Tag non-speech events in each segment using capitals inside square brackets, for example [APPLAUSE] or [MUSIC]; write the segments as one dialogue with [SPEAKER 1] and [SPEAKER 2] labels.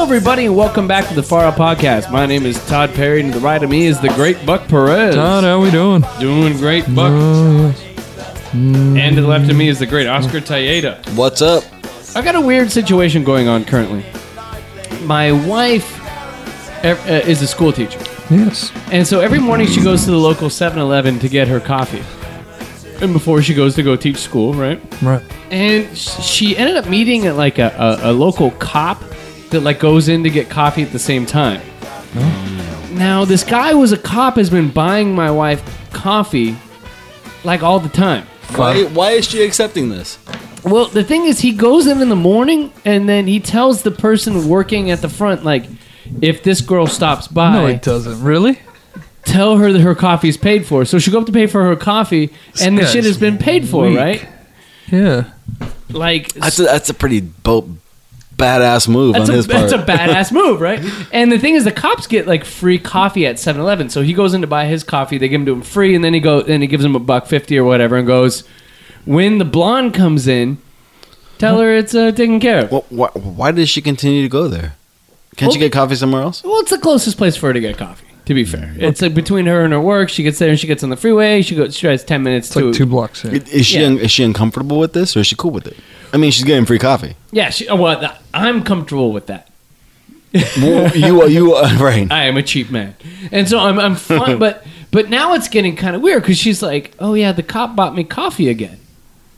[SPEAKER 1] everybody, and welcome back to the Far Out Podcast. My name is Todd Perry, and to the right of me is the great Buck Perez.
[SPEAKER 2] Todd, how we doing?
[SPEAKER 1] Doing great, Buck.
[SPEAKER 2] Oh,
[SPEAKER 1] And to the left of me is the great Oscar Tayeda.
[SPEAKER 3] What's up?
[SPEAKER 1] I got a weird situation going on currently. My wife er, uh, is a school teacher,
[SPEAKER 2] Yes.
[SPEAKER 1] and so every morning she goes to the local 7 Eleven to get her coffee. And before she goes to go teach school, right?
[SPEAKER 2] Right.
[SPEAKER 1] and she ended up meeting at like a, a, a local cop that like goes in to get coffee at the same time now this guy who was a cop has been buying my wife coffee like all the time
[SPEAKER 3] Why, why is she accepting this?
[SPEAKER 1] well the thing is he goes in in the morning and then he tells the person working at the front like if this girl stops by
[SPEAKER 2] No, it doesn't. Really?
[SPEAKER 1] tell her that her coffee's paid for so she'll go up to pay for her coffee and the
[SPEAKER 2] guy's
[SPEAKER 1] shit has been paid for
[SPEAKER 2] weak.
[SPEAKER 1] right
[SPEAKER 2] Yeah.
[SPEAKER 1] like
[SPEAKER 3] That's a, that's a pretty bo- badass move
[SPEAKER 1] That's
[SPEAKER 3] on
[SPEAKER 1] a,
[SPEAKER 3] his part.
[SPEAKER 1] that's a badass move, right? And the thing is, the cops get like free coffee at 7-Eleven. So he goes in to buy his coffee. They give him to him free, and then he go and he gives him a buck fifty or whatever, and goes, "When the blonde comes in, tell her it's uh, taken care of."
[SPEAKER 3] Wh- wh- why does she continue to go there? Can't she
[SPEAKER 1] Well-
[SPEAKER 3] get coffee somewhere else?
[SPEAKER 1] Well, it's the closest place for her to get coffee. To be fair, it's like between her and her work. She gets there and she gets on the freeway. She goes. She drives ten minutes
[SPEAKER 2] It's like
[SPEAKER 1] to.
[SPEAKER 2] two blocks in.
[SPEAKER 3] I- Is she
[SPEAKER 1] Yeah.
[SPEAKER 3] un- is she uncomfortable with this, or is she cool with it? I mean, she's getting free coffee.
[SPEAKER 1] yeah. She, oh, well, th- I'm comfortable with that.
[SPEAKER 3] Well, [LAUGHS] you are you are right.
[SPEAKER 1] I am a cheap man, and so I'm I'm
[SPEAKER 2] [LAUGHS]
[SPEAKER 1] fine. but but now it's getting kind of weird because she's like, oh yeah, the cop bought me coffee again,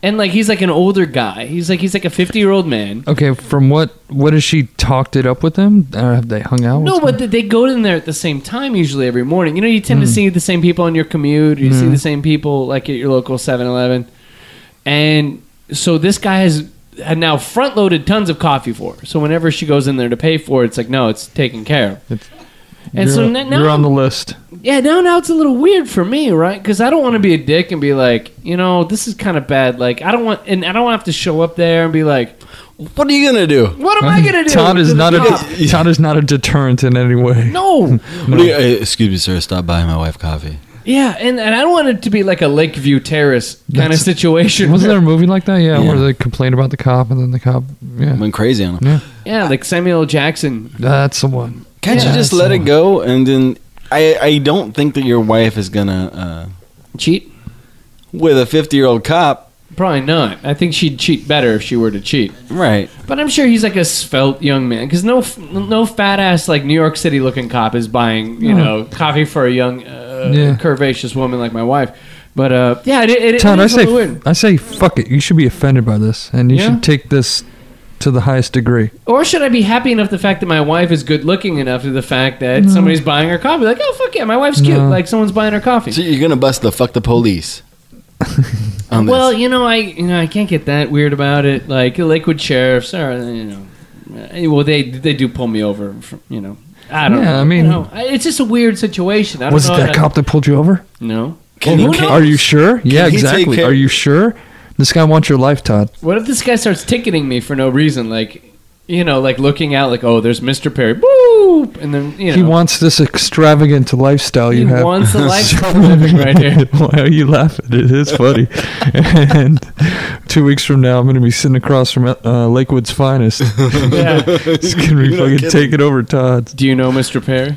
[SPEAKER 1] and like he's like an older guy. He's like he's like a fifty year old man.
[SPEAKER 2] Okay, from what what has she talked it up with them? Or have they hung out?
[SPEAKER 1] No,
[SPEAKER 2] What's
[SPEAKER 1] but th- they go in there at the same time usually every morning. You know, you tend
[SPEAKER 2] Hmm.
[SPEAKER 1] to see the same people on your commute. Or you see the same people like at your local 7-Eleven. and so this guy has had now front loaded tons of coffee for. her. So whenever she goes in there to pay for it, it's like no, it's taken care of.
[SPEAKER 2] It's-
[SPEAKER 1] and
[SPEAKER 2] you're,
[SPEAKER 1] so n- now
[SPEAKER 2] you're on the list.
[SPEAKER 1] Yeah, now now it's a little weird for me, right? Because I don't want to be a dick and be like, you know, this is kind of bad. Like, I don't want, and I don't have to show up there and be like,
[SPEAKER 3] What are you gonna do?
[SPEAKER 1] what am I gonna do?
[SPEAKER 2] Todd
[SPEAKER 1] to
[SPEAKER 2] is
[SPEAKER 1] the
[SPEAKER 2] not
[SPEAKER 1] cop?
[SPEAKER 2] a Todd is not a deterrent in any
[SPEAKER 1] [LAUGHS]
[SPEAKER 2] way. [LAUGHS]
[SPEAKER 1] no.
[SPEAKER 3] What do you- uh, excuse me, sir. Stop buying my wife coffee.
[SPEAKER 1] Yeah, and, and I don't want it to be like a Lakeview Terrace kind of
[SPEAKER 2] That's-
[SPEAKER 1] situation.
[SPEAKER 2] Wasn't there a movie like that? Yeah, where
[SPEAKER 3] Yeah.
[SPEAKER 2] they complained about the cop and then the cop. Yeah,
[SPEAKER 3] Went crazy on him.
[SPEAKER 1] [LAUGHS] Yeah, like Samuel L. Jackson.
[SPEAKER 2] that's the one.
[SPEAKER 3] Can't
[SPEAKER 2] Yeah,
[SPEAKER 3] you just
[SPEAKER 2] that's
[SPEAKER 3] let
[SPEAKER 2] the
[SPEAKER 3] it
[SPEAKER 2] one.
[SPEAKER 3] go? And then I I don't think that your wife is gonna uh,
[SPEAKER 1] Cheat?
[SPEAKER 3] with a fifty year old cop.
[SPEAKER 1] Probably not. I think she'd cheat better if she were to cheat.
[SPEAKER 3] Right.
[SPEAKER 1] But I'm sure he's like a svelte young man because no, f- no fat ass like New York City looking cop is buying you know coffee for a young uh,
[SPEAKER 2] Yeah.
[SPEAKER 1] curvaceous woman like my wife. But uh, yeah, it, it, it
[SPEAKER 2] Todd, I
[SPEAKER 1] is a
[SPEAKER 2] say
[SPEAKER 1] little weird.
[SPEAKER 2] I say fuck it. You should be offended by this, and you
[SPEAKER 1] Yeah?
[SPEAKER 2] should take this to the highest degree.
[SPEAKER 1] Or should I be happy enough the fact that my wife is good looking enough to the fact that somebody's buying her coffee? Like, oh fuck yeah, my wife's cute.
[SPEAKER 2] No.
[SPEAKER 1] Like someone's buying her coffee.
[SPEAKER 3] So you're gonna bust the fuck
[SPEAKER 1] [LAUGHS]
[SPEAKER 3] the police. on this.
[SPEAKER 1] well, you know, I you know I can't get that weird about it. Like Lakewood sheriffs, or you know, eh, well they they do pull me over. From, you know, I don't
[SPEAKER 2] Yeah,
[SPEAKER 1] know.
[SPEAKER 2] I mean-
[SPEAKER 1] you know, I- it's just a weird situation. I don't
[SPEAKER 2] Was it
[SPEAKER 1] know
[SPEAKER 2] that
[SPEAKER 1] how-
[SPEAKER 2] cop that pulled you over?
[SPEAKER 1] No.
[SPEAKER 3] Can
[SPEAKER 1] Well,
[SPEAKER 3] you-
[SPEAKER 1] who
[SPEAKER 3] can-
[SPEAKER 1] knows?
[SPEAKER 2] Are you sure? yeah,
[SPEAKER 3] he take
[SPEAKER 2] exactly.
[SPEAKER 3] care-
[SPEAKER 2] Are you sure? This guy wants your life, Todd.
[SPEAKER 1] What if this guy starts ticketing me for no reason? Like, you know, like looking out, like, oh, there's Mr. Perry, boop, and then you know,
[SPEAKER 2] He wants this extravagant lifestyle
[SPEAKER 1] he
[SPEAKER 2] you have.
[SPEAKER 1] wants
[SPEAKER 2] [LAUGHS]
[SPEAKER 1] the lifestyle we're living right here.
[SPEAKER 2] Why are you laughing? It is funny. and two weeks from now, I'm going to be sitting across from uh, Lakewood's finest.
[SPEAKER 1] Yeah.
[SPEAKER 2] He's going to be
[SPEAKER 3] You're not
[SPEAKER 2] fucking
[SPEAKER 3] kidding.
[SPEAKER 2] taking over
[SPEAKER 1] [LAUGHS]
[SPEAKER 2] Todd's.
[SPEAKER 1] Do you know Mr. Perry?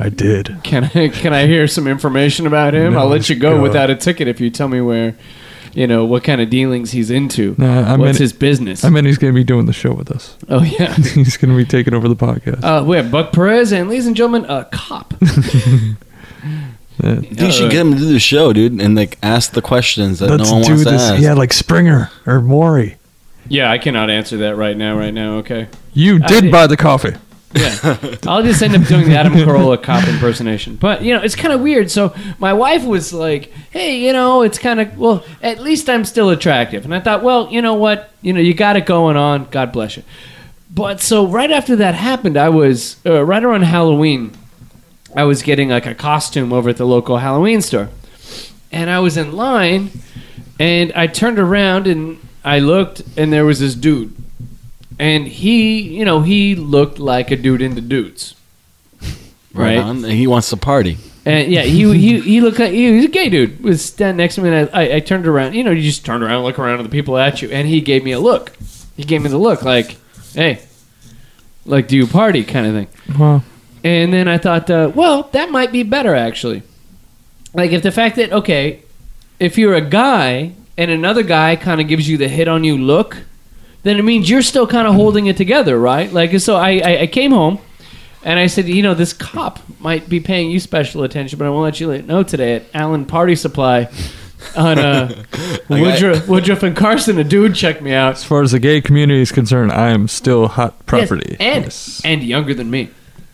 [SPEAKER 2] I did.
[SPEAKER 1] Can I can I hear some information about him?
[SPEAKER 2] No,
[SPEAKER 1] I'll let you go
[SPEAKER 2] God.
[SPEAKER 1] without a ticket if you tell me where, you know, what kind of dealings he's into.
[SPEAKER 2] No, I
[SPEAKER 1] What's
[SPEAKER 2] meant-
[SPEAKER 1] his business?
[SPEAKER 2] I mean, he's going to be doing the show with us. [LAUGHS]
[SPEAKER 1] oh yeah.
[SPEAKER 2] He's going to be taking over the podcast.
[SPEAKER 1] Uh, we have Buck Perez and, ladies and gentlemen, a
[SPEAKER 2] [LAUGHS]
[SPEAKER 1] cop.
[SPEAKER 2] Yeah.
[SPEAKER 3] Dude, you should get him to do the show, dude, and like ask the questions that
[SPEAKER 2] Let's
[SPEAKER 3] no one
[SPEAKER 2] do
[SPEAKER 3] wants to
[SPEAKER 2] this.
[SPEAKER 3] ask.
[SPEAKER 2] Yeah, like Springer or Maury.
[SPEAKER 1] Yeah, I cannot answer that right now. Right now, okay.
[SPEAKER 2] You
[SPEAKER 1] I
[SPEAKER 2] did
[SPEAKER 1] did.
[SPEAKER 2] buy the coffee.
[SPEAKER 1] Yeah. I'll just end up doing the Adam Carolla cop impersonation. But, you know, it's kind of weird. So my wife was like, hey, you know, it's kind of, well, at least I'm still attractive. And I thought, well, you know what? You know, you got it going on. God bless you. But so right after that happened, I was, uh, right around Halloween, I was getting like a costume over at the local Halloween store. And I was in line and I turned around and I looked and there was this dude and he, you know, he looked like a dude into dudes,
[SPEAKER 3] right,
[SPEAKER 1] right?
[SPEAKER 3] on. And he wants to party.
[SPEAKER 1] And yeah, he he he looked like he was a gay dude. Was standing next to me, and I, I, I turned around. You know, you just turned around, look around at the people at you, and he gave me a look. He gave me the look, like, "Hey, Like, do you party kind of thing?
[SPEAKER 2] Wow.
[SPEAKER 1] And then I thought, uh, well, that might be better actually. Like if the fact that okay, if you're a guy and another guy kind of gives you the hit on you look, then it means you're still kind of holding it together, right? Like so, I, I I came home and I said, you know, this cop might be paying you special attention, but I won't let you know today at Allen Party Supply. On
[SPEAKER 2] [LAUGHS]
[SPEAKER 1] uh,
[SPEAKER 3] I got-
[SPEAKER 1] Woodruff, Woodruff and Carson, a dude checked me out.
[SPEAKER 2] As far as the gay community is concerned, I am still hot
[SPEAKER 1] Yes,
[SPEAKER 2] property.
[SPEAKER 1] and
[SPEAKER 2] Yes.
[SPEAKER 1] and younger than me.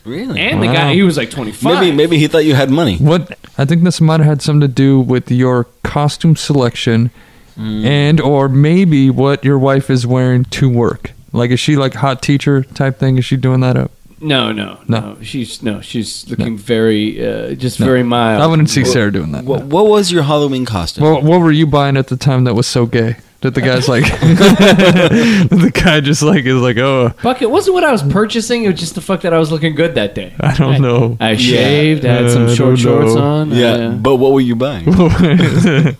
[SPEAKER 3] Really?
[SPEAKER 1] And the
[SPEAKER 2] Wow.
[SPEAKER 1] guy, he was like twenty five.
[SPEAKER 3] Maybe maybe he thought you had money.
[SPEAKER 2] What I think this might have had something to do with your costume selection, and or maybe what your wife is wearing to work. Like, is she like hot teacher type thing? Is she doing that up?
[SPEAKER 1] No, no, no,
[SPEAKER 2] No.
[SPEAKER 1] She's no, she's looking very, uh, just very mild.
[SPEAKER 2] I wouldn't see Sarah doing that.
[SPEAKER 3] What, what was your Halloween costume?
[SPEAKER 2] Well, what were you buying at the time that was so gay that the guy's like, [LAUGHS] the guy just like is like, oh,
[SPEAKER 1] Fuck, it wasn't what I was purchasing. It was just the fuck that I was looking good that day.
[SPEAKER 2] I don't know.
[SPEAKER 1] I shaved. I had
[SPEAKER 2] I
[SPEAKER 1] some
[SPEAKER 2] don't
[SPEAKER 1] short shorts
[SPEAKER 2] know.
[SPEAKER 1] on.
[SPEAKER 3] yeah,
[SPEAKER 1] uh,
[SPEAKER 3] but what were you
[SPEAKER 1] [LAUGHS]
[SPEAKER 2] [LAUGHS]
[SPEAKER 3] buying?
[SPEAKER 1] a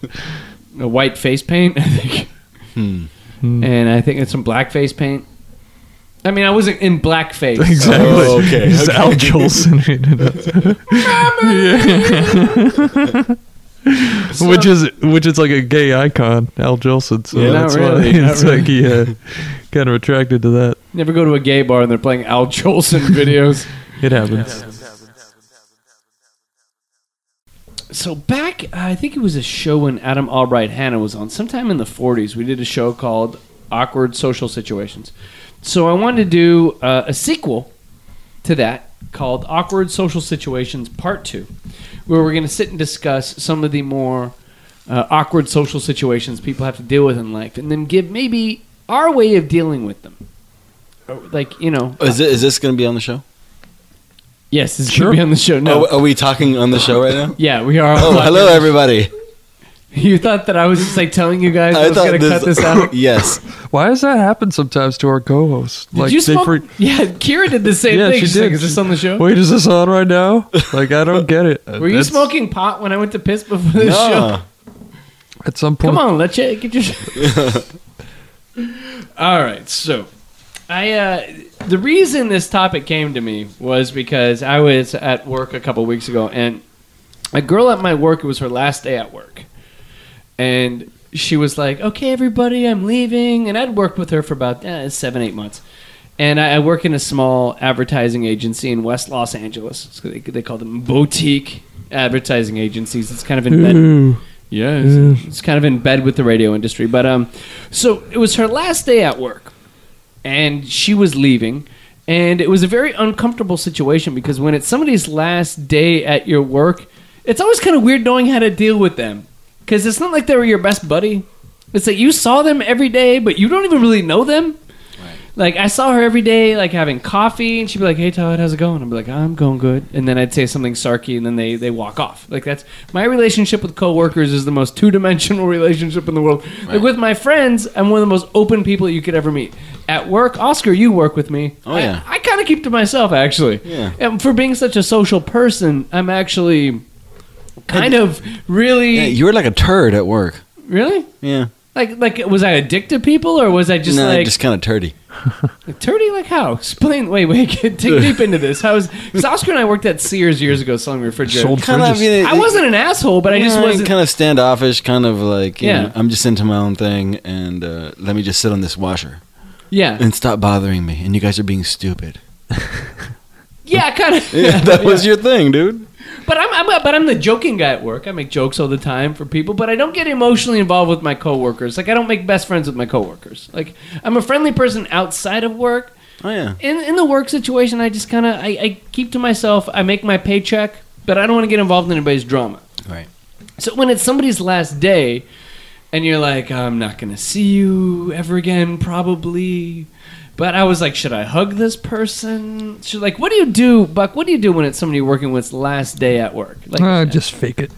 [SPEAKER 1] white face paint, [LAUGHS] I think,
[SPEAKER 2] Hmm.
[SPEAKER 1] and I think it's some black face paint. I mean, I wasn't in blackface.
[SPEAKER 2] [LAUGHS] exactly.
[SPEAKER 3] Oh, okay,
[SPEAKER 2] It's
[SPEAKER 3] okay.
[SPEAKER 2] Al [LAUGHS] Jolson. Yeah. which is which is like a gay icon, Al Jolson. So
[SPEAKER 1] Yeah, not
[SPEAKER 2] that's
[SPEAKER 1] really,
[SPEAKER 2] why
[SPEAKER 1] not
[SPEAKER 2] it's like he uh, kind of attracted to that.
[SPEAKER 1] Never go to a gay bar and they're playing Al
[SPEAKER 2] [LAUGHS]
[SPEAKER 1] Jolson videos.
[SPEAKER 2] It happens.
[SPEAKER 1] So back, I think it was a show when Adam Albright Hannah was on. Sometime in the '40s, we did a show called "Awkward Social Situations." So I wanted to do uh, a sequel to that called "Awkward Social Situations Part 2, where we're going to sit and discuss some of the more uh, awkward social situations people have to deal with in life, and then give maybe our way of dealing with them. Or, Like you know,
[SPEAKER 3] Is, it, is this going to be on the show? Oh,
[SPEAKER 1] yes, this should be on the show. No,
[SPEAKER 3] Are, are we talking on the show
[SPEAKER 1] [LAUGHS]
[SPEAKER 3] right now?
[SPEAKER 1] yeah, we are.
[SPEAKER 3] Oh, hello everybody.
[SPEAKER 1] [LAUGHS] You thought that I was just like telling you guys I, was going to cut
[SPEAKER 2] [LAUGHS]
[SPEAKER 1] this out?
[SPEAKER 3] [LAUGHS] yes.
[SPEAKER 2] Why does that happen sometimes to our co-hosts?
[SPEAKER 1] Did you smoke? [LAUGHS] yeah, Kira did the same
[SPEAKER 2] Yeah,
[SPEAKER 1] thing.
[SPEAKER 2] she
[SPEAKER 1] She's like,
[SPEAKER 2] did.
[SPEAKER 1] is this on the show?
[SPEAKER 2] Wait, is this on right now?
[SPEAKER 1] [LAUGHS]
[SPEAKER 2] Like, I don't get it.
[SPEAKER 1] Were you
[SPEAKER 2] That's-
[SPEAKER 1] smoking pot when I went to piss before [LAUGHS] the show?
[SPEAKER 3] No.
[SPEAKER 2] At some point,
[SPEAKER 1] Come on, let's check. Get your. [LAUGHS] All right, so I uh, the reason this topic came to me was because I was at work a couple weeks ago, and a girl at my work it was her last day at work, and she was like, "Okay, everybody, I'm leaving," and I'd worked with her for about eh, seven, eight months. And I I work in a small advertising agency in West Los Angeles. So they, they call them boutique advertising agencies. It's kind of embedded.
[SPEAKER 2] Ooh.
[SPEAKER 1] Yeah, it's, it's kind of in bed with the radio industry. But um, so it was her last day at work, and she was leaving, and it was a very uncomfortable situation because when it's somebody's last day at your work, it's always kind of weird knowing how to deal with them because it's not like they were your best buddy. It's like you saw them every day, but you don't even really know them. Like I saw her every day, like having coffee, and she'd be like, "Hey Todd, how's it going?" I'd be like, "I'm going good," and then I'd say something sarky, and then they they walk off. Like that's my relationship with coworkers is the most two dimensional [LAUGHS] relationship in the world. Like with my friends, I'm one of the most open people you could ever meet. At work, Oscar, you work with me.
[SPEAKER 3] Oh,
[SPEAKER 1] I-
[SPEAKER 3] yeah.
[SPEAKER 1] I, kind of keep to myself actually.
[SPEAKER 3] Yeah.
[SPEAKER 1] And for being such a social person, I'm actually kind of really
[SPEAKER 3] Yeah, you were like a turd at work.
[SPEAKER 1] really
[SPEAKER 3] Yeah.
[SPEAKER 1] like like was I addicted people or was I just
[SPEAKER 3] no,
[SPEAKER 1] like
[SPEAKER 3] just kind of turdy.
[SPEAKER 1] Turdy, like how? Explain. Wait, wait. [LAUGHS] Get,
[SPEAKER 3] [LAUGHS]
[SPEAKER 1] dig deep into this. How is? Because Oscar and I worked at Sears years ago selling refrigerators.
[SPEAKER 2] Sold
[SPEAKER 3] Kind of.
[SPEAKER 2] fridges.
[SPEAKER 1] I wasn't an asshole, but I just wasn't.
[SPEAKER 3] kind of standoffish, kind of like yeah.
[SPEAKER 1] Yeah.
[SPEAKER 3] I'm just into my own thing, and uh, let me just sit on this washer
[SPEAKER 1] yeah,
[SPEAKER 3] and stop bothering me. And you guys are being stupid.
[SPEAKER 1] [LAUGHS] yeah, kind of.
[SPEAKER 3] [LAUGHS] Yeah, that was your thing, dude.
[SPEAKER 1] But I'm, I'm a- but I'm the joking guy at work. I make jokes all the time for people, but I don't get emotionally involved with my coworkers. Like I don't make best friends with my coworkers. Like I'm a friendly person outside of work.
[SPEAKER 3] Oh yeah.
[SPEAKER 1] In in the work situation, I just kind of I, I keep to myself. I make my paycheck, but I don't want to get involved in anybody's drama.
[SPEAKER 3] Right.
[SPEAKER 1] So when it's somebody's last day, and you're like, I'm not gonna see you ever again, probably. But I was like, should I hug this person? Should like, what do you do, Buck? What do you do when it's somebody you're working with's last day at work? Like,
[SPEAKER 2] Uh, just fake it.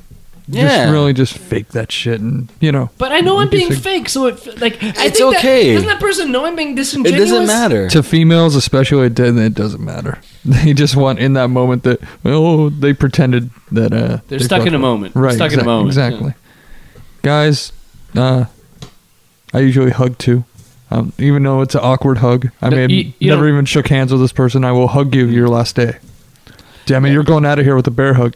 [SPEAKER 3] Yeah.
[SPEAKER 2] Just really just fake that shit and, you know,
[SPEAKER 1] but I know I'm
[SPEAKER 2] you
[SPEAKER 1] being
[SPEAKER 2] should-
[SPEAKER 1] fake, so it like I
[SPEAKER 3] It's
[SPEAKER 1] think that-
[SPEAKER 3] okay.
[SPEAKER 1] doesn't that person know I'm being
[SPEAKER 3] It
[SPEAKER 1] disingenuous?
[SPEAKER 3] doesn't matter.
[SPEAKER 2] to females especially, it, doesn't- it doesn't matter. [LAUGHS] They just want in that moment that, oh, they pretended that. Uh,
[SPEAKER 1] They're
[SPEAKER 2] they
[SPEAKER 1] stuck in
[SPEAKER 2] felt-
[SPEAKER 1] a moment.
[SPEAKER 2] Right.
[SPEAKER 1] Stuck in a
[SPEAKER 2] exact-
[SPEAKER 1] moment.
[SPEAKER 2] Exactly. Guys, uh, I usually hug too. Um, even though it's an awkward hug, I
[SPEAKER 1] No,
[SPEAKER 2] mean,
[SPEAKER 1] you- you
[SPEAKER 2] never
[SPEAKER 1] don't-
[SPEAKER 2] even shook hands with this person. I will hug you your last day. Damn it, you're going out of here with a bear hug.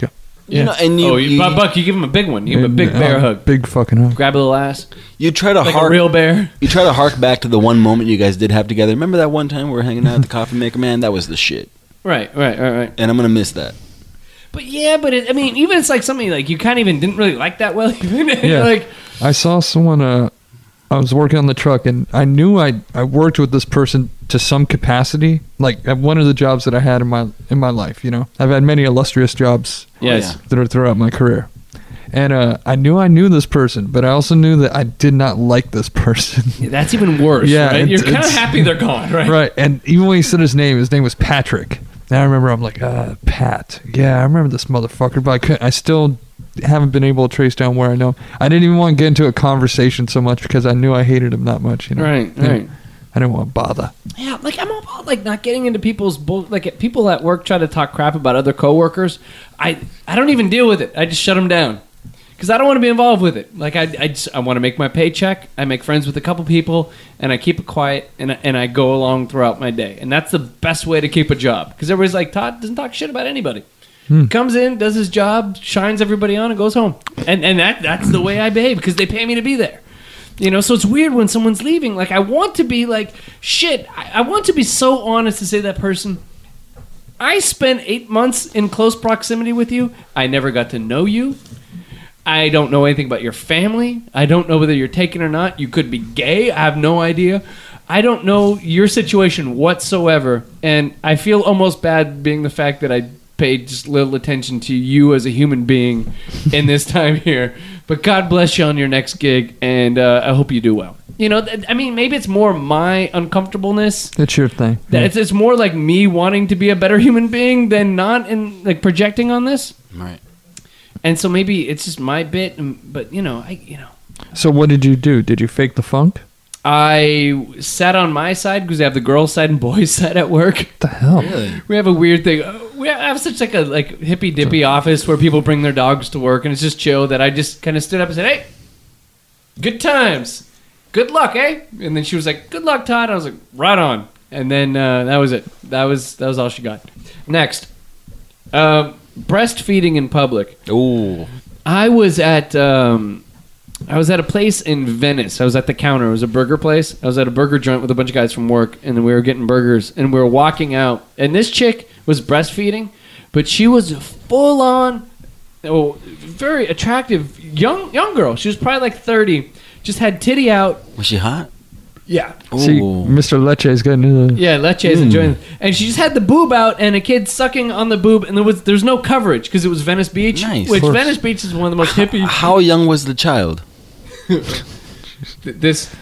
[SPEAKER 3] You know, and you,
[SPEAKER 1] oh, you,
[SPEAKER 3] you, Mm-hmm. Uh-huh.
[SPEAKER 1] Buck, Buck, you give him a big one. You give him a
[SPEAKER 2] And,
[SPEAKER 1] big bear
[SPEAKER 2] uh,
[SPEAKER 1] hug.
[SPEAKER 2] Big fucking hug.
[SPEAKER 1] Grab a little ass,
[SPEAKER 3] you try to
[SPEAKER 1] like
[SPEAKER 3] hark
[SPEAKER 1] a real bear.
[SPEAKER 3] you try to
[SPEAKER 1] [LAUGHS]
[SPEAKER 3] hark back to the one moment you guys did have together. Remember that one time we were hanging out at the coffee maker? Man, that was the shit.
[SPEAKER 1] Right, right, right, right.
[SPEAKER 3] And I'm gonna miss that.
[SPEAKER 1] But yeah, but it, I mean, even it's like something like you kind of even didn't really like that well. [LAUGHS] yeah.
[SPEAKER 2] Yeah.
[SPEAKER 1] Like
[SPEAKER 2] I saw someone. Uh, I was working on the truck, and I knew I I worked with this person to some capacity, like at one of the jobs that I had in my in my life. You know, I've had many illustrious jobs
[SPEAKER 1] yes,
[SPEAKER 2] that are throughout my career, and uh, I knew I knew this person, but I also knew that I did not like this person.
[SPEAKER 1] that's even worse.
[SPEAKER 2] Yeah,
[SPEAKER 1] right?
[SPEAKER 2] it's-
[SPEAKER 1] you're kind of
[SPEAKER 2] it's-
[SPEAKER 1] happy they're gone, right?
[SPEAKER 2] right, and even when he said his name, his name was Patrick. And I remember I'm like, uh, Pat. Yeah, I remember this motherfucker, but I couldn't. I still haven't been able to trace down where I know. I didn't even want to get into a conversation so much because I knew I hated him that much. You know,
[SPEAKER 1] Right,
[SPEAKER 2] Yeah.
[SPEAKER 1] right.
[SPEAKER 2] I didn't want to bother.
[SPEAKER 1] Yeah, like I'm all about like not getting into people's bull. Like if people at work try to talk crap about other coworkers. I I don't even deal with it. I just shut them down because I don't want to be involved with it. Like I I, just- I want to make my paycheck. I make friends with a couple people, and I keep it quiet, and I- and I go along throughout my day, and that's the best way to keep a job because everybody's like Todd doesn't talk shit about anybody. Comes in, does his job, shines everybody on, and goes home. And and that that's the way I behave because they pay me to be there. You know, so it's weird when someone's leaving. Like, I want to be like, shit, I, I want to be so honest to say to that person, I spent eight months in close proximity with you. I never got to know you. I don't know anything about your family. I don't know whether you're taken or not. You could be gay. I have no idea. I don't know your situation whatsoever. And I feel almost bad being the fact that I paid just little attention to you as a human being in this time here. But God bless you on your next gig, and uh, I hope you do well. You know, th- I mean, maybe it's more my uncomfortableness
[SPEAKER 2] It's your thing.
[SPEAKER 1] that it's, it's more like me wanting to be a better human being than not and like projecting on this.
[SPEAKER 3] Right.
[SPEAKER 1] And so maybe it's just my bit, and, but you know, I you know,
[SPEAKER 2] So what did you do? Did you fake the funk?
[SPEAKER 1] I sat on my side because I have the girls' side and boys' [LAUGHS] side at work.
[SPEAKER 2] What the hell?
[SPEAKER 1] We have a weird thing. Uh, We have such like a like hippy dippy office where people bring their dogs to work, and it's just chill. That I just kind of stood up and said, "Hey, good times, good luck, eh?" And then she was like, "Good luck, Todd." I was like, "Right on." And then uh, that was it. That was that was all she got. Next, um, breastfeeding in public.
[SPEAKER 3] Ooh.
[SPEAKER 1] I was at um, I was at a place in Venice. I was at the counter. It was a burger place. I was at a burger joint with a bunch of guys from work, and we were getting burgers, and we were walking out, and this chick was breastfeeding, but she was full on, oh, very attractive young young girl. She was probably like thirty. Just had titty out.
[SPEAKER 3] Was she hot?
[SPEAKER 1] Yeah.
[SPEAKER 3] Ooh.
[SPEAKER 2] See, Mr. Leche's getting into the.
[SPEAKER 1] Yeah, Leche's
[SPEAKER 2] Hmm.
[SPEAKER 1] enjoying it. And she just had the boob out and a kid sucking on the boob, and there was there's no coverage because it was Venice Beach,
[SPEAKER 3] Nice.
[SPEAKER 1] which
[SPEAKER 2] Of course.
[SPEAKER 1] Venice Beach is one of the most hippie.
[SPEAKER 3] How young was the child?
[SPEAKER 1] Th- this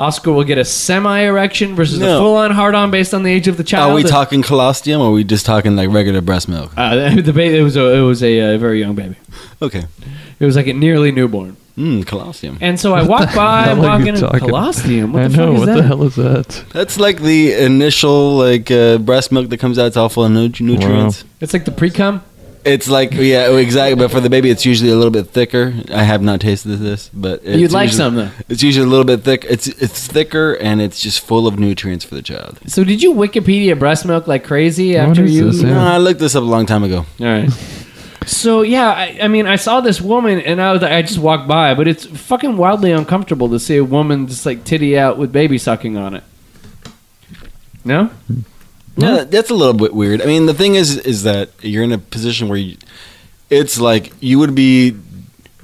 [SPEAKER 1] Oscar will get a semi erection versus a
[SPEAKER 3] No.
[SPEAKER 1] full on hard on based on the age of the child.
[SPEAKER 3] Are we talking colostium or are we just talking like regular breast milk?
[SPEAKER 1] Uh, [LAUGHS] the baby, it was a it was a uh, very young baby.
[SPEAKER 3] Okay.
[SPEAKER 1] It was like a nearly newborn.
[SPEAKER 3] Mm, colostium.
[SPEAKER 1] And
[SPEAKER 2] [LAUGHS]
[SPEAKER 1] so I walk by,
[SPEAKER 2] hell
[SPEAKER 1] I'm
[SPEAKER 2] are you
[SPEAKER 1] walking in
[SPEAKER 2] talking?
[SPEAKER 1] Colostium. What
[SPEAKER 2] I
[SPEAKER 1] the
[SPEAKER 2] know.
[SPEAKER 1] fuck is
[SPEAKER 2] What
[SPEAKER 1] that?
[SPEAKER 2] the hell is that?
[SPEAKER 3] That's like the initial like uh, breast milk that comes out. It's all full of nu- nutrients.
[SPEAKER 1] It's like the pre cum.
[SPEAKER 3] It's like yeah, oh, exactly. But for the baby, it's usually a little bit thicker. I have not tasted this, but it's
[SPEAKER 1] You'd like
[SPEAKER 3] usually-
[SPEAKER 1] some though.
[SPEAKER 3] It's usually a little bit thick. It's it's thicker and it's just full of nutrients for the child.
[SPEAKER 1] So did you Wikipedia breast milk like crazy
[SPEAKER 2] What
[SPEAKER 1] after
[SPEAKER 2] is
[SPEAKER 1] you?
[SPEAKER 2] this? eh? Yeah.
[SPEAKER 3] No, I looked this up a long time ago.
[SPEAKER 1] All right. So yeah, I, I mean, I saw this woman, and I was I just walked by, but it's fucking wildly uncomfortable to see a woman just like titty out with baby sucking on it. No,
[SPEAKER 3] No, that- that's a little bit weird. I mean, the thing is, is that you're in a position where you, it's like you would be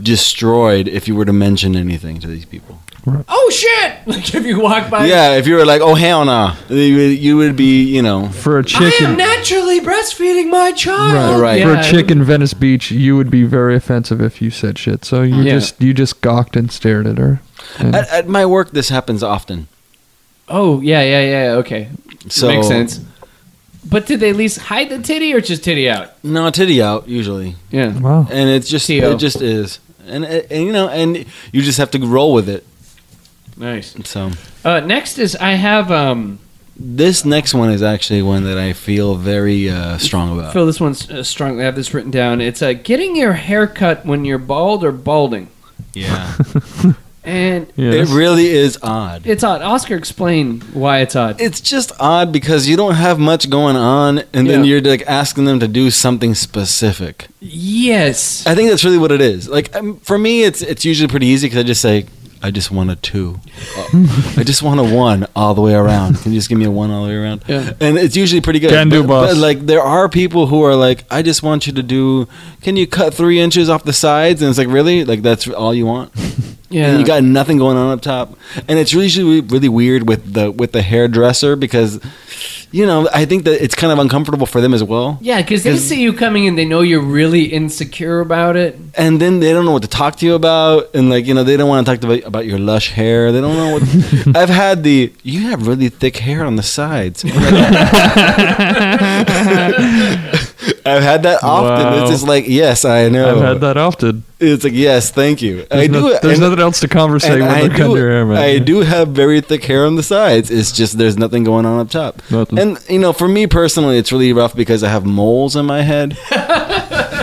[SPEAKER 3] destroyed if you were to mention anything to these people.
[SPEAKER 1] oh shit! [LAUGHS] Like if you walk by,
[SPEAKER 3] Yeah, if you were like, oh hell no, you would, you would be, you know,
[SPEAKER 2] For a chicken.
[SPEAKER 1] naturally breastfeeding my child.
[SPEAKER 3] Right, right.
[SPEAKER 2] For
[SPEAKER 1] Yeah.
[SPEAKER 2] a chick in Venice Beach, you would be very offensive if you said shit. So you
[SPEAKER 1] Yeah.
[SPEAKER 2] just you just gawked and stared at her. And
[SPEAKER 3] at, at my work this happens often.
[SPEAKER 1] Oh yeah, yeah, yeah. yeah, Okay,
[SPEAKER 3] So
[SPEAKER 1] makes sense. But did they at least hide the titty or just titty out?
[SPEAKER 3] No, titty out usually,
[SPEAKER 1] Yeah.
[SPEAKER 2] wow.
[SPEAKER 3] and it's just
[SPEAKER 1] T.O.
[SPEAKER 3] it just is, and, and you know, and you just have to roll with it.
[SPEAKER 1] Nice.
[SPEAKER 3] So
[SPEAKER 1] Uh, next is I have um.
[SPEAKER 3] this next one is actually one that I feel very uh, strong
[SPEAKER 1] [LAUGHS]
[SPEAKER 3] about.
[SPEAKER 1] Phil, this one's uh, strongly. I have this written down. It's uh, getting your hair cut when you're bald or balding.
[SPEAKER 3] Yeah.
[SPEAKER 1] and
[SPEAKER 2] Yes.
[SPEAKER 3] It really is odd.
[SPEAKER 1] it's odd. Oscar explained why it's odd.
[SPEAKER 3] It's just odd because you don't have much going on, and then
[SPEAKER 1] Yeah.
[SPEAKER 3] you're like asking them to do something specific.
[SPEAKER 1] yes.
[SPEAKER 3] I think that's really what it is. Like um, for me, it's it's usually pretty easy because I just say, I just want a
[SPEAKER 1] [LAUGHS]
[SPEAKER 3] two. Uh, I just want a one all the way around. Can you just give me a one all the way around?
[SPEAKER 1] Yeah.
[SPEAKER 3] And it's usually pretty good.
[SPEAKER 2] Can do,
[SPEAKER 3] but,
[SPEAKER 2] boss.
[SPEAKER 3] But like there are people who are like, I just want you to do. Can you cut three inches off the sides? And it's like really like that's all you want.
[SPEAKER 1] Yeah.
[SPEAKER 3] And you got nothing going on up top. And it's usually really weird with the with the hairdresser because, you know, I think that it's kind of uncomfortable for them as well.
[SPEAKER 1] yeah, because they
[SPEAKER 3] 'Cause-
[SPEAKER 1] see you coming and they know you're really insecure about it.
[SPEAKER 3] and then they don't know what to talk to you about, and like you know they don't want to talk to about, about your lush hair. They don't know what. I've had the you have really thick hair on the sides. [LAUGHS] I've had that often.
[SPEAKER 2] Wow.
[SPEAKER 3] It's just like yes, I know.
[SPEAKER 2] I've had that often.
[SPEAKER 3] It's like yes, thank you.
[SPEAKER 2] There's,
[SPEAKER 3] I do.
[SPEAKER 2] no-
[SPEAKER 3] it,
[SPEAKER 2] there's
[SPEAKER 3] and-
[SPEAKER 2] nothing else to conversate
[SPEAKER 3] and
[SPEAKER 2] with
[SPEAKER 3] I
[SPEAKER 2] like
[SPEAKER 3] do,
[SPEAKER 2] under air, man.
[SPEAKER 3] I do have very thick hair on the sides. It's just there's nothing going on up top.
[SPEAKER 2] Nothing.
[SPEAKER 3] And you know, for me personally, it's really rough because I have moles in
[SPEAKER 1] [LAUGHS]
[SPEAKER 3] my head.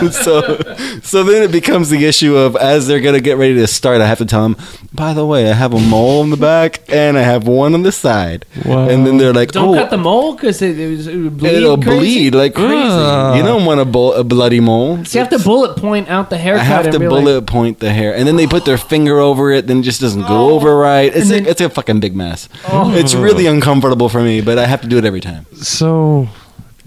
[SPEAKER 3] [LAUGHS] so, so then it becomes the issue of as they're gonna get ready to start, I have to tell them. By the way, I have a mole in the back and I have one on the side.
[SPEAKER 2] Wow.
[SPEAKER 3] And then they're like,
[SPEAKER 1] Don't
[SPEAKER 3] "Oh,
[SPEAKER 1] cut the mole because it, it, was- it would bleed.
[SPEAKER 3] it'll
[SPEAKER 1] crazy.
[SPEAKER 3] bleed like crazy.
[SPEAKER 2] Ah.
[SPEAKER 3] you don't want a, bul- a bloody mole.
[SPEAKER 1] So you have to bullet point out the haircut.
[SPEAKER 3] I have
[SPEAKER 1] and
[SPEAKER 3] to
[SPEAKER 1] be like,
[SPEAKER 3] bullet point the hair, and then they put their finger over it, then it just doesn't go over right. It's
[SPEAKER 1] And
[SPEAKER 3] a, it's a fucking big mess.
[SPEAKER 2] Oh.
[SPEAKER 3] It's really uncomfortable for me, but I have to do it every time.
[SPEAKER 2] so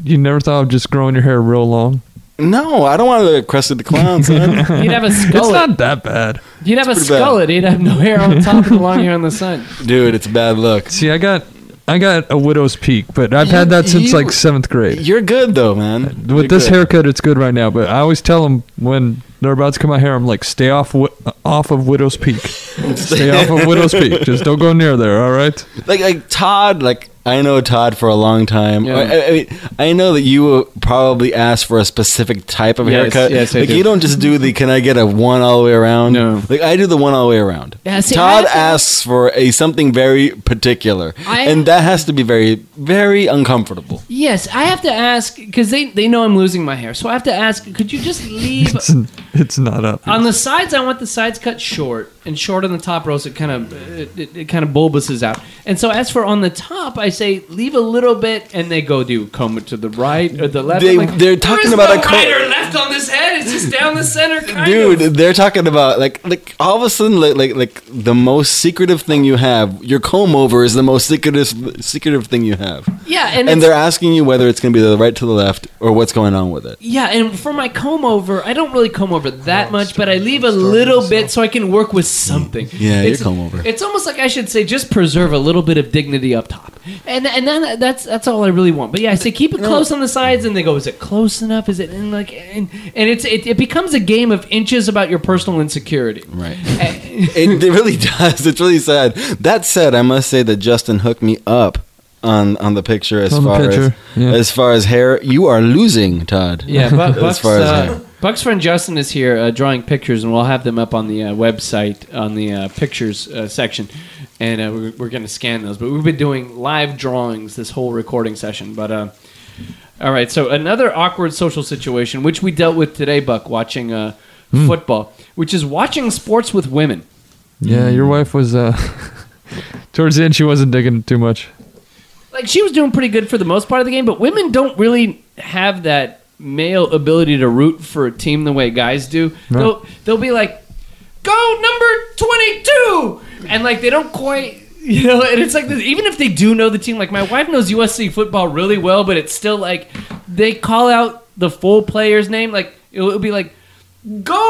[SPEAKER 2] you never thought of just growing your hair real long?
[SPEAKER 3] No, I don't want to look like Crested the
[SPEAKER 2] [LAUGHS]
[SPEAKER 3] Clown, son.
[SPEAKER 1] You'd
[SPEAKER 3] [LAUGHS]
[SPEAKER 1] have a
[SPEAKER 2] It's
[SPEAKER 1] skull.
[SPEAKER 2] not that bad.
[SPEAKER 1] You'd have a
[SPEAKER 3] pretty bad.
[SPEAKER 1] skullet. You'd have no hair on top and long hair on the
[SPEAKER 3] [LAUGHS]
[SPEAKER 1] side.
[SPEAKER 3] Dude, it's a bad look.
[SPEAKER 2] See, I got I got a widow's peak, but I've
[SPEAKER 3] You-
[SPEAKER 2] had that since
[SPEAKER 3] you-
[SPEAKER 2] like seventh grade.
[SPEAKER 3] You're good though, man. You're
[SPEAKER 2] With this
[SPEAKER 3] good.
[SPEAKER 2] haircut, it's good right now. But I always tell them when they're about to cut my hair, I'm like, stay off wi- off of widow's peak.
[SPEAKER 3] [LAUGHS]
[SPEAKER 2] stay off of widow's peak. Just don't go near there. All right.
[SPEAKER 3] like like Todd, like I know Todd for a long time.
[SPEAKER 1] Yeah.
[SPEAKER 3] I, I, I mean, I know that you uh, probably asked for a specific type of
[SPEAKER 1] Yes,
[SPEAKER 3] haircut.
[SPEAKER 1] yes, I
[SPEAKER 3] like
[SPEAKER 1] do.
[SPEAKER 3] you don't just do the can I get a one all the way around.
[SPEAKER 1] No.
[SPEAKER 3] like I do the one all the way around.
[SPEAKER 1] Yeah, see,
[SPEAKER 3] Todd
[SPEAKER 1] I have to-
[SPEAKER 3] asks for a something very particular,
[SPEAKER 1] I-
[SPEAKER 3] and that has to be very very uncomfortable.
[SPEAKER 1] Yes, I have to ask because they, they know I'm losing my hair. So I have to ask, could you just
[SPEAKER 3] [LAUGHS]
[SPEAKER 1] leave
[SPEAKER 2] It's, it's not up.
[SPEAKER 1] on the sides? I want the sides cut short and short on the top rows. It kind of it, it, it kind of bulbouses out. And so as for on the top, I say leave a little bit, and they go, do you comb it to the right or the left?
[SPEAKER 3] They-
[SPEAKER 1] I'm like,
[SPEAKER 3] they're
[SPEAKER 1] "There
[SPEAKER 3] talking
[SPEAKER 1] is
[SPEAKER 3] about
[SPEAKER 1] no
[SPEAKER 3] a co-
[SPEAKER 1] right or left on this head. It's just down the center, kind
[SPEAKER 3] Dude,
[SPEAKER 1] Of.
[SPEAKER 3] they're talking about like like all of a sudden like like like the most secretive thing you have. Your comb over is the most secretive secretive thing you have.
[SPEAKER 1] Yeah, and,
[SPEAKER 3] and
[SPEAKER 1] it's-
[SPEAKER 3] they're asking you whether it's going to be the right to the left or what's going on with it.
[SPEAKER 1] Yeah, and for my comb over, I don't really comb over
[SPEAKER 3] Oh,
[SPEAKER 1] that much, but I leave a little bit so I can work with something.
[SPEAKER 3] Yeah, your
[SPEAKER 1] it's,
[SPEAKER 3] comb over.
[SPEAKER 1] It's almost like I should say just preserve a little bit of dignity up top, and and then that's that's all I really want. But yeah, I say keep it close on the sides, and they go, is it close enough? Is it and like and and it's it, it becomes a game of inches about your personal insecurity. [LAUGHS]
[SPEAKER 3] Right.
[SPEAKER 1] Eh,
[SPEAKER 3] It, it really does. It's really sad. That said, I must say that Justin hooked me up on on the picture as
[SPEAKER 2] On the
[SPEAKER 3] far
[SPEAKER 2] picture,
[SPEAKER 3] as
[SPEAKER 2] yeah.
[SPEAKER 3] as far as hair. You are losing, Todd. [LAUGHS]
[SPEAKER 1] Yeah, but Buck's,
[SPEAKER 3] far as hair.
[SPEAKER 1] uh, Buck's friend Justin is here uh, drawing pictures, and we'll have them up on the uh, website on the uh, pictures uh, section, and uh, we're, we're going to scan those. But we've been doing live drawings this whole recording session. But uh, all right, so another awkward social situation which we dealt with today, Buck, watching uh,
[SPEAKER 3] Hmm.
[SPEAKER 1] football, which is watching sports with women.
[SPEAKER 2] Yeah, your wife was. uh [LAUGHS] Towards the end, she wasn't digging it too much.
[SPEAKER 1] Like she was doing pretty good for the most part of the game, but women don't really have that male ability to root for a team the way guys do.
[SPEAKER 2] No.
[SPEAKER 1] They'll they'll be like, "Go number twenty two and like they don't quite. You know, and it's like this, even if they do know the team, like my wife knows USC football really well, but it's still like they call out the full player's name. Like it'll, it'll be like, "Go."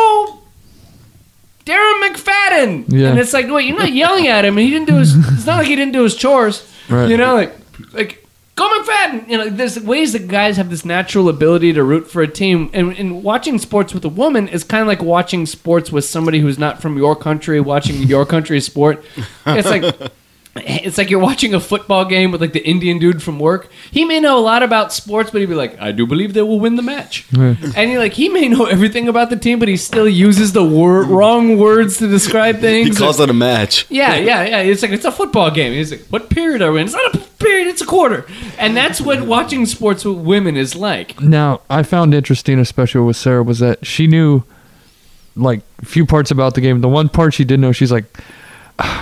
[SPEAKER 1] Darren McFadden,
[SPEAKER 2] Yeah.
[SPEAKER 1] and it's like, wait, you're not yelling at him, and he didn't do his. It's not like he didn't do his chores,
[SPEAKER 2] Right.
[SPEAKER 1] you know, like like go McFadden. You know, there's ways that guys have this natural ability to root for a team, and, and watching sports with a woman is kind of like watching sports with somebody who's not from your country, watching your country's sport. It's like. [LAUGHS] It's like you're watching a football game with like the Indian dude from work. He may know a lot about sports, but he'd be like, "I do believe they will win the match." And you're like, he may know everything about the team, but he still uses the wor- wrong words to describe things.
[SPEAKER 3] He calls it a match.
[SPEAKER 1] Yeah, yeah, yeah. It's like it's a football game. He's like, what period are we in? It's not a p- period. It's a quarter. And that's what watching sports with women is like.
[SPEAKER 2] Now, I found interesting, especially with Sarah, was that she knew like a few parts about the game. The one part she didn't know, she's like,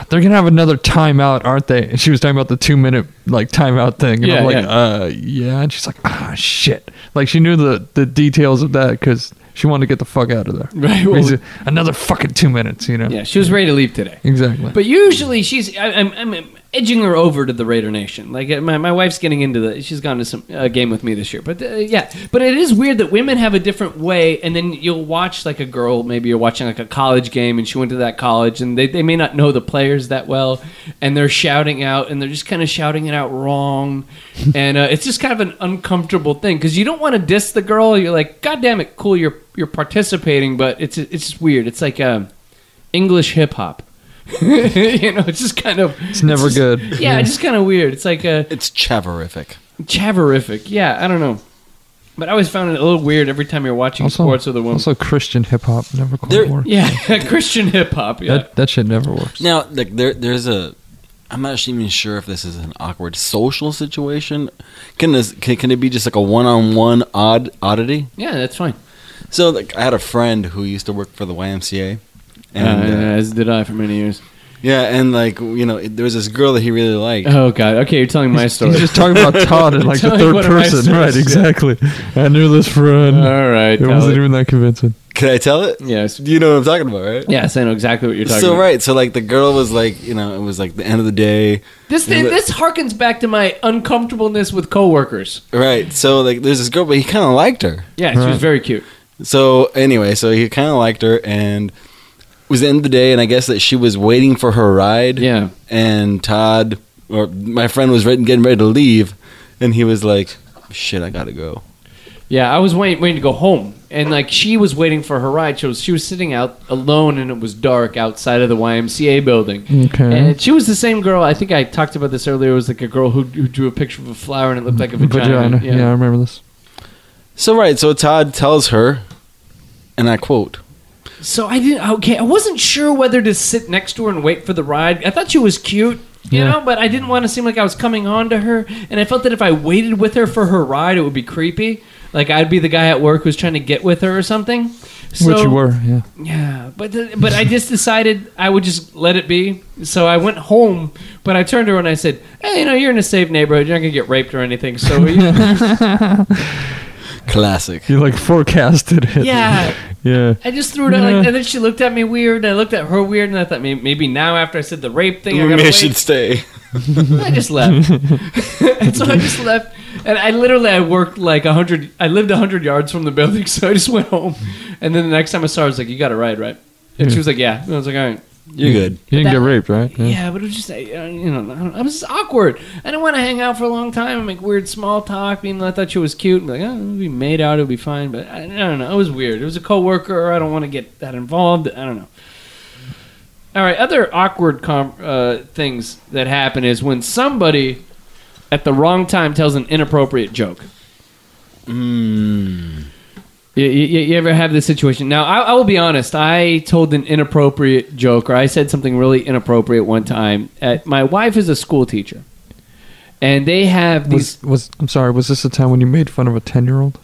[SPEAKER 2] they're gonna have another timeout, aren't they? And she was talking about the two minute like timeout thing, and
[SPEAKER 1] Yeah,
[SPEAKER 2] I'm like,
[SPEAKER 1] yeah.
[SPEAKER 2] uh, yeah. And she's like, ah, shit. Like she knew the the details of that because she wanted to get the fuck out of there.
[SPEAKER 1] [LAUGHS] Right,
[SPEAKER 2] I mean,
[SPEAKER 1] well-
[SPEAKER 2] another fucking two minutes, you know.
[SPEAKER 1] Yeah, she was ready to leave today.
[SPEAKER 2] Exactly.
[SPEAKER 1] But usually she's I, I'm, I'm edging her over to the Raider Nation. Like uh, my, my wife's getting into the she's gone to some uh, game with me this year. But uh, yeah, but it is weird that women have a different way. And then you'll watch like a girl, maybe you're watching like a college game, and she went to that college, and they they may not know the players that well, and they're shouting out, and they're just kind of shouting it out wrong, and uh, it's just kind of an uncomfortable thing because you don't want to diss the girl. You're like, God damn it, cool, you're you're participating, but it's it's just weird. It's like um, English hip hop. [LAUGHS] you know, it's just kind of. It's
[SPEAKER 2] never
[SPEAKER 1] just-
[SPEAKER 2] good.
[SPEAKER 1] Yeah, it's just kind of weird. It's like a
[SPEAKER 3] It's chaverific.
[SPEAKER 1] chaverific. Yeah, I don't know. But I always found it a little weird every time you're watching
[SPEAKER 2] also,
[SPEAKER 1] sports with a woman.
[SPEAKER 2] also Christian hip hop never
[SPEAKER 3] There-
[SPEAKER 2] quite worked.
[SPEAKER 1] yeah, [LAUGHS] Christian hip hop. Yeah.
[SPEAKER 2] That that shit never works.
[SPEAKER 3] Now, like there, there's a. I'm not actually even sure if this is an awkward social situation. Can this can, can it be just like a one-on-one odd oddity?
[SPEAKER 1] yeah, that's fine.
[SPEAKER 3] So like, I had a friend who used to work for the YMCA, and
[SPEAKER 1] uh,
[SPEAKER 3] uh,
[SPEAKER 1] as did I for many years.
[SPEAKER 3] yeah, and like you know, it- there was this girl that he really liked.
[SPEAKER 1] Oh God. Okay, you're telling my story.
[SPEAKER 2] He's just talking about Todd in like the
[SPEAKER 1] Telling
[SPEAKER 2] third
[SPEAKER 1] one of my
[SPEAKER 2] person,
[SPEAKER 1] stories,
[SPEAKER 2] right?
[SPEAKER 1] yeah.
[SPEAKER 2] Exactly. I knew this
[SPEAKER 1] [LAUGHS]
[SPEAKER 2] friend.
[SPEAKER 1] All right.
[SPEAKER 2] it wasn't even that convincing.
[SPEAKER 3] Can I tell it?
[SPEAKER 1] Yes.
[SPEAKER 3] You know what I'm talking about, right?
[SPEAKER 1] Yes, I know exactly what you're talking
[SPEAKER 3] So
[SPEAKER 1] about.
[SPEAKER 3] right, so like the girl was like, you know, it was like the end of the day,
[SPEAKER 1] This
[SPEAKER 3] Yeah, but-
[SPEAKER 1] this harkens back to my uncomfortableness with coworkers.
[SPEAKER 3] right? So like, there's this girl, but he kind of liked her.
[SPEAKER 1] Yeah, she
[SPEAKER 2] Right.
[SPEAKER 1] was very cute.
[SPEAKER 3] So anyway, so he kind of liked her, and it was the end of the day, and I guess that she was waiting for her ride.
[SPEAKER 1] Yeah.
[SPEAKER 3] And Todd, or my friend, was ready, getting ready to leave, and he was like, "Shit, I gotta go."
[SPEAKER 1] Yeah, I was waiting, waiting to go home, and like she was waiting for her ride. She was she was sitting out alone, and it was dark outside of the YMCA building.
[SPEAKER 2] Okay.
[SPEAKER 1] and she was the same girl. I think I talked about this earlier. It was like a girl who, who drew a picture of a flower, and it looked like a vagina.
[SPEAKER 2] Vagina. Yeah. I remember this.
[SPEAKER 3] So right, so Todd tells her, and I quote,
[SPEAKER 1] So I didn't. Okay, I wasn't sure whether to sit next to her and wait for the ride. I thought she was cute. You
[SPEAKER 2] Yeah.
[SPEAKER 1] know, but I didn't want to seem like I was coming on to her, and I felt that if I waited with her for her ride, it would be creepy. Like I'd be the guy at work who's trying to get with her or something. So,
[SPEAKER 2] Which you were, yeah.
[SPEAKER 1] Yeah, but the, but I just decided I would just let it be. So I went home, but I turned to her and I said, "Hey, you know, you're in a safe neighborhood. You're not gonna get raped or anything." So
[SPEAKER 3] [LAUGHS]
[SPEAKER 1] we,
[SPEAKER 3] "Classic."
[SPEAKER 2] You like forecasted it.
[SPEAKER 1] yeah,
[SPEAKER 2] [LAUGHS] Yeah.
[SPEAKER 1] I just threw it out, like,
[SPEAKER 2] Yeah.
[SPEAKER 1] and then she looked at me weird, and I looked at her weird, and I thought maybe, maybe now after I said the rape thing, I gotta
[SPEAKER 3] Maybe I
[SPEAKER 1] wait.
[SPEAKER 3] should stay.
[SPEAKER 1] I
[SPEAKER 3] [LAUGHS]
[SPEAKER 1] just left. [LAUGHS] and so I just left, and I literally I worked like a hundred. I lived a hundred yards from the building, [LAUGHS] so I just went home. And then the next time I saw her, I was like, "You got it right, right?" And she was like, "Yeah." And I was like, "All right."
[SPEAKER 3] You're good.
[SPEAKER 2] You didn't
[SPEAKER 1] That-
[SPEAKER 2] get raped, right?
[SPEAKER 1] Yeah, but it was just uh, you know, I don't- I was just awkward. I didn't want to hang out for a long time and make weird small talk. Even though I thought she was cute, and be like, oh, we made out, it'll be fine. But I, I don't know, it was weird. It was a coworker. I don't want to get that involved. I don't know. All right, other awkward com- uh, things that happen is when somebody at the wrong time tells an inappropriate joke.
[SPEAKER 3] Hmm.
[SPEAKER 1] You, you, you ever have this situation? Now, I, I will be honest. I told an inappropriate joke, or I said something really inappropriate one time. At, my wife is a school teacher, and they have these.
[SPEAKER 2] Was was I'm sorry, was this the time when you made fun of a ten year old?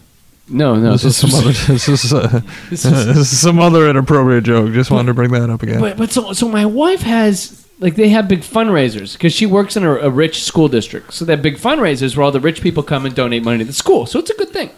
[SPEAKER 1] no, no,
[SPEAKER 2] this is some other this is uh,
[SPEAKER 1] [LAUGHS] This
[SPEAKER 2] [LAUGHS] this
[SPEAKER 1] is-
[SPEAKER 2] is some other inappropriate joke. Just wanted to bring that up again.
[SPEAKER 1] But, but so so my wife has like they have big fundraisers because she works in a, a rich school district. So they have big fundraisers where all the rich people come and donate money to the school. So it's a good thing.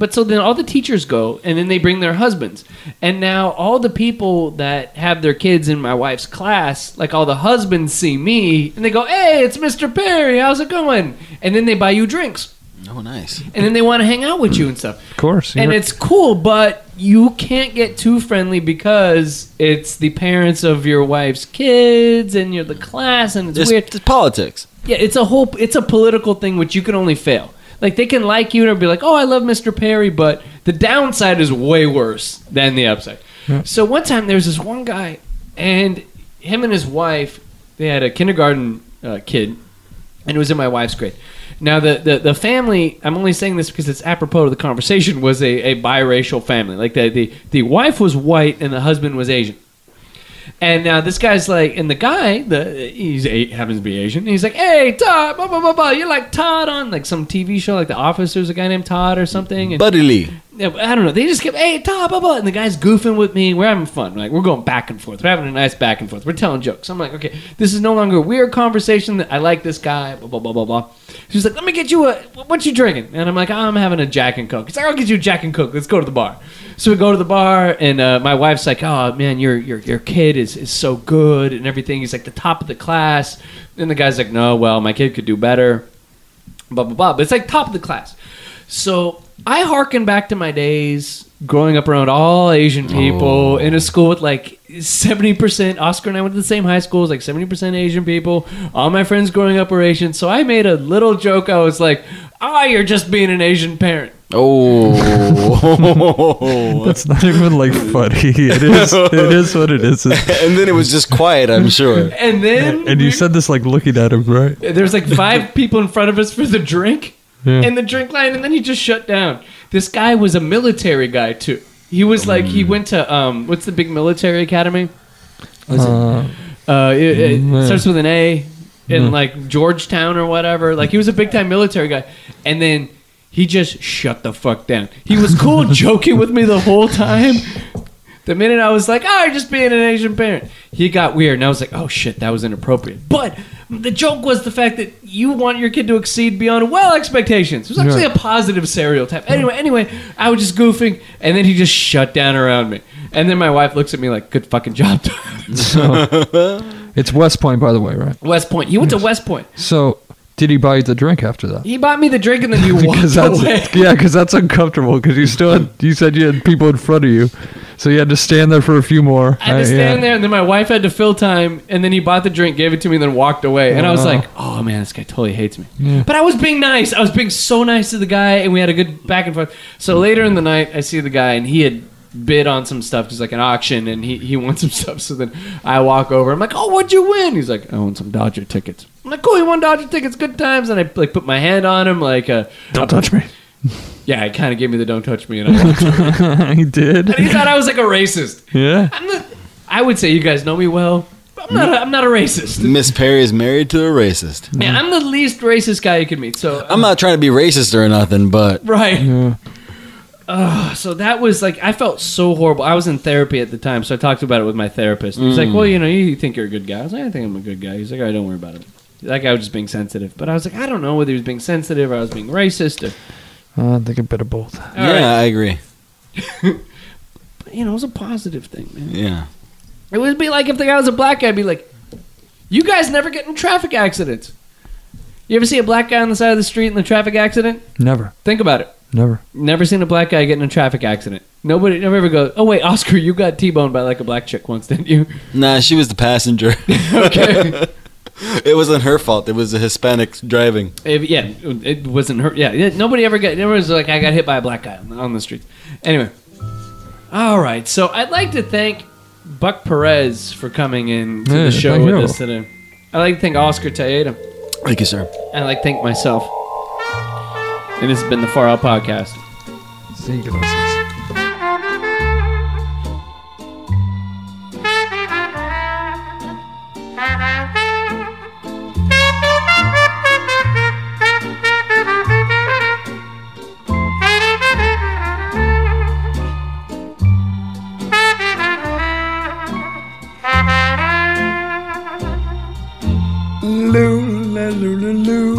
[SPEAKER 1] But so then all the teachers go and then they bring their husbands. And now all the people that have their kids in my wife's class, like all the husbands see me and they go, "Hey, it's Mr. Perry. How's it going?" And then they buy you drinks.
[SPEAKER 3] Oh, nice.
[SPEAKER 1] And then they want to hang out with you and stuff
[SPEAKER 2] of course.
[SPEAKER 1] and
[SPEAKER 2] you're-
[SPEAKER 1] it's cool, but you can't get too friendly because it's the parents of your wife's kids and you're the class, and it's
[SPEAKER 3] Just,
[SPEAKER 1] weird.
[SPEAKER 3] just politics.
[SPEAKER 1] Yeah, it's a whole it's a political thing which you can only fail. Like they can like you and be like, "Oh, I love Mr. Perry," but the downside is way worse than the upside.
[SPEAKER 2] Yeah.
[SPEAKER 1] So one time there was this one guy, and him and his wife, they had a kindergarten uh, kid, and it was in my wife's grade. Now the, the, the family, I'm only saying this because it's apropos to the conversation, [LAUGHS] was a, a biracial family. Like the, the the wife was white and the husband was Asian. And now this guy's like, and the guy, the he's a, happens to be Asian. And he's like, "Hey Todd, blah blah blah blah. You're like Todd on like some TV show, like The Office. There's a guy named Todd or something." And
[SPEAKER 3] Buddy Lee.
[SPEAKER 1] yeah, I don't know. They just kept, hey, Todd, blah, blah. And the guy's goofing with me. We're having fun. Like, we're going back and forth. We're having a nice back and forth. We're telling jokes. I'm like, okay, this is no longer a weird conversation. I like this guy, blah, blah, blah, blah, blah. She's like, let me get you a, what you drinking? And I'm like, I'm having a Jack and Coke. He's like, I'll get you a Jack and Coke. Let's go to the bar. So we go to the bar, and uh, my wife's like, oh, man, your, your, your kid is, is so good and everything. He's like the top of the class. And the guy's like, no, well, my kid could do better blah blah blah. But it's like top of the class. So I hearken back to my days growing up around all Asian
[SPEAKER 2] Oh.
[SPEAKER 1] people in a school with like seventy percent. Oscar and I went to the same high schools, like seventy percent Asian people. All my friends growing up were Asian, so I made a little joke. I was like, "Ah, you're just being an Asian parent."
[SPEAKER 3] [LAUGHS] Oh.
[SPEAKER 2] That's not even like funny. [LAUGHS] It is. It is what it
[SPEAKER 1] [LAUGHS]
[SPEAKER 2] is.
[SPEAKER 3] and then it was just quiet, I'm sure.
[SPEAKER 1] And then
[SPEAKER 2] [LAUGHS] And you said this like looking at him, right?
[SPEAKER 1] There's like five [LAUGHS] people in front of us for the drink
[SPEAKER 2] Yeah.
[SPEAKER 1] and the drink line, and then he just shut down. This guy was a military guy too. He was like he
[SPEAKER 2] Mm.
[SPEAKER 1] went to um what's the big military academy?
[SPEAKER 2] Uh,
[SPEAKER 1] Uh, it, it
[SPEAKER 2] Mm.
[SPEAKER 1] starts with an A in like Georgetown or whatever. Like he was a big time military guy, and then he just shut the fuck down. He was cool, joking with me the whole time. The minute I was like, "Oh, you're just being an Asian parent," he got weird, and I was like, "Oh shit, that was inappropriate." But the joke was the fact that you want your kid to exceed beyond well expectations. It was actually
[SPEAKER 2] Yeah.
[SPEAKER 1] a positive stereotype. Anyway, anyway, I was just goofing, and then he just shut down around me. And then my wife looks at me like, "Good fucking job." [LAUGHS] Todd." [LAUGHS]
[SPEAKER 2] so it's West Point, by the way, right?
[SPEAKER 1] West Point. You went to West Point.
[SPEAKER 2] So did he buy you the drink after that?
[SPEAKER 1] [LAUGHS] He bought me the drink and then you walked
[SPEAKER 2] [LAUGHS] Because that's
[SPEAKER 1] away.
[SPEAKER 2] yeah, because that's uncomfortable. Because you still had, you said you had people in front of you, so you had to stand there for a few more.
[SPEAKER 1] I had to stand there, and then my wife had to fill time, and then he bought the drink, gave it to me, and then walked away. And I was
[SPEAKER 2] Wow.
[SPEAKER 1] like, "Oh man, this guy totally hates me." But I was being nice. I was being so nice to the guy, and we had a good back and forth. So later in the night, I see the guy, and he had bid on some stuff, just like an auction, and he he won some [LAUGHS] stuff. So then I walk over. I'm like, "Oh, what'd you win?" He's like, "I won some Dodger tickets." I'm like, "Cool, he won Dodger tickets. Good times." And I like put my hand on him, like, uh,
[SPEAKER 2] Don't touch me. [LAUGHS]
[SPEAKER 1] "Yeah." He kind of gave me the "Don't touch me," and I walked.
[SPEAKER 2] he did.
[SPEAKER 1] and he thought I was like a racist. [LAUGHS]
[SPEAKER 2] Yeah.
[SPEAKER 1] I'm not, I would say you guys know me well. but I'm not. A, I'm not a racist.
[SPEAKER 3] Miss Perry is married to a racist.
[SPEAKER 1] Man, I'm the least racist guy you could meet. So
[SPEAKER 3] I'm not trying to be racist or nothing, but
[SPEAKER 1] [LAUGHS] right.
[SPEAKER 2] Yeah.
[SPEAKER 1] So that was like I felt so horrible. I was in therapy at the time, so I talked about it with my therapist. He's like, "Well, you know, you think you're a good guy." I was like, "I think I'm a good guy." He's like, "All right, don't worry about it." That guy was just being sensitive, but I was like, I don't know whether he was being sensitive or I was being racist. Or,
[SPEAKER 2] Uh, I think a bit of both.
[SPEAKER 1] All
[SPEAKER 3] yeah,
[SPEAKER 1] right.
[SPEAKER 3] I agree.
[SPEAKER 1] But, you know, it was a positive thing, man.
[SPEAKER 3] Yeah.
[SPEAKER 1] It would be like if the guy was a black guy, I'd be like, "You guys never get in traffic accidents." You ever see a black guy on the side of the street in the traffic accident?
[SPEAKER 2] Never,
[SPEAKER 1] Think about it.
[SPEAKER 2] never.
[SPEAKER 1] Never seen a black guy get in a traffic accident. Nobody never ever goes, oh, wait, Oscar, you got T boned by like a black chick once, [LAUGHS] didn't you?
[SPEAKER 3] Nah, she was the [LAUGHS] passenger.
[SPEAKER 1] okay.
[SPEAKER 3] [LAUGHS] It wasn't her fault. It was the Hispanic driving.
[SPEAKER 1] If- yeah, it wasn't her. Yeah, yeah, nobody ever got, never was like, I got hit by a black guy on the, on the streets. Anyway. All right. So I'd like to thank Buck Perez for coming in to
[SPEAKER 2] Yeah,
[SPEAKER 1] the show
[SPEAKER 2] thank
[SPEAKER 1] with
[SPEAKER 2] you.
[SPEAKER 1] us today. I'd like to thank Oscar Taeda.
[SPEAKER 3] Thank you, sir.
[SPEAKER 1] I'd like to thank myself. And this has been the Far Out Podcast.
[SPEAKER 4] Lula lula loo,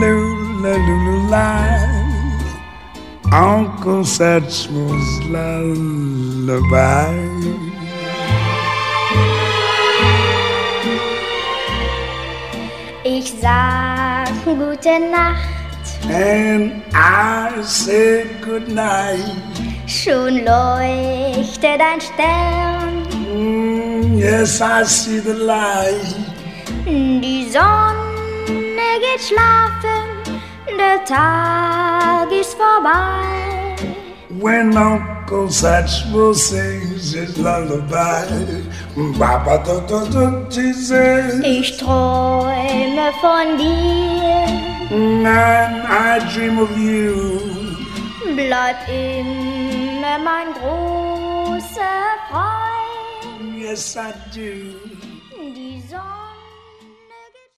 [SPEAKER 4] lula lula la. Uncle Satchmel's lullaby.
[SPEAKER 5] Ich sag gute Nacht,
[SPEAKER 4] And I said goodnight.
[SPEAKER 5] schon leuchtet ein Stern,
[SPEAKER 4] Mm, yes, I see the light.
[SPEAKER 5] die Sonne geht schlafen, der Tag ist vorbei.
[SPEAKER 4] When Uncle Satchmo sings his lullaby. Baba da da da Jesus.
[SPEAKER 5] Ich träume von dir,
[SPEAKER 4] And I dream of you.
[SPEAKER 5] bleib immer mein großer Freund.
[SPEAKER 4] Yes, I do.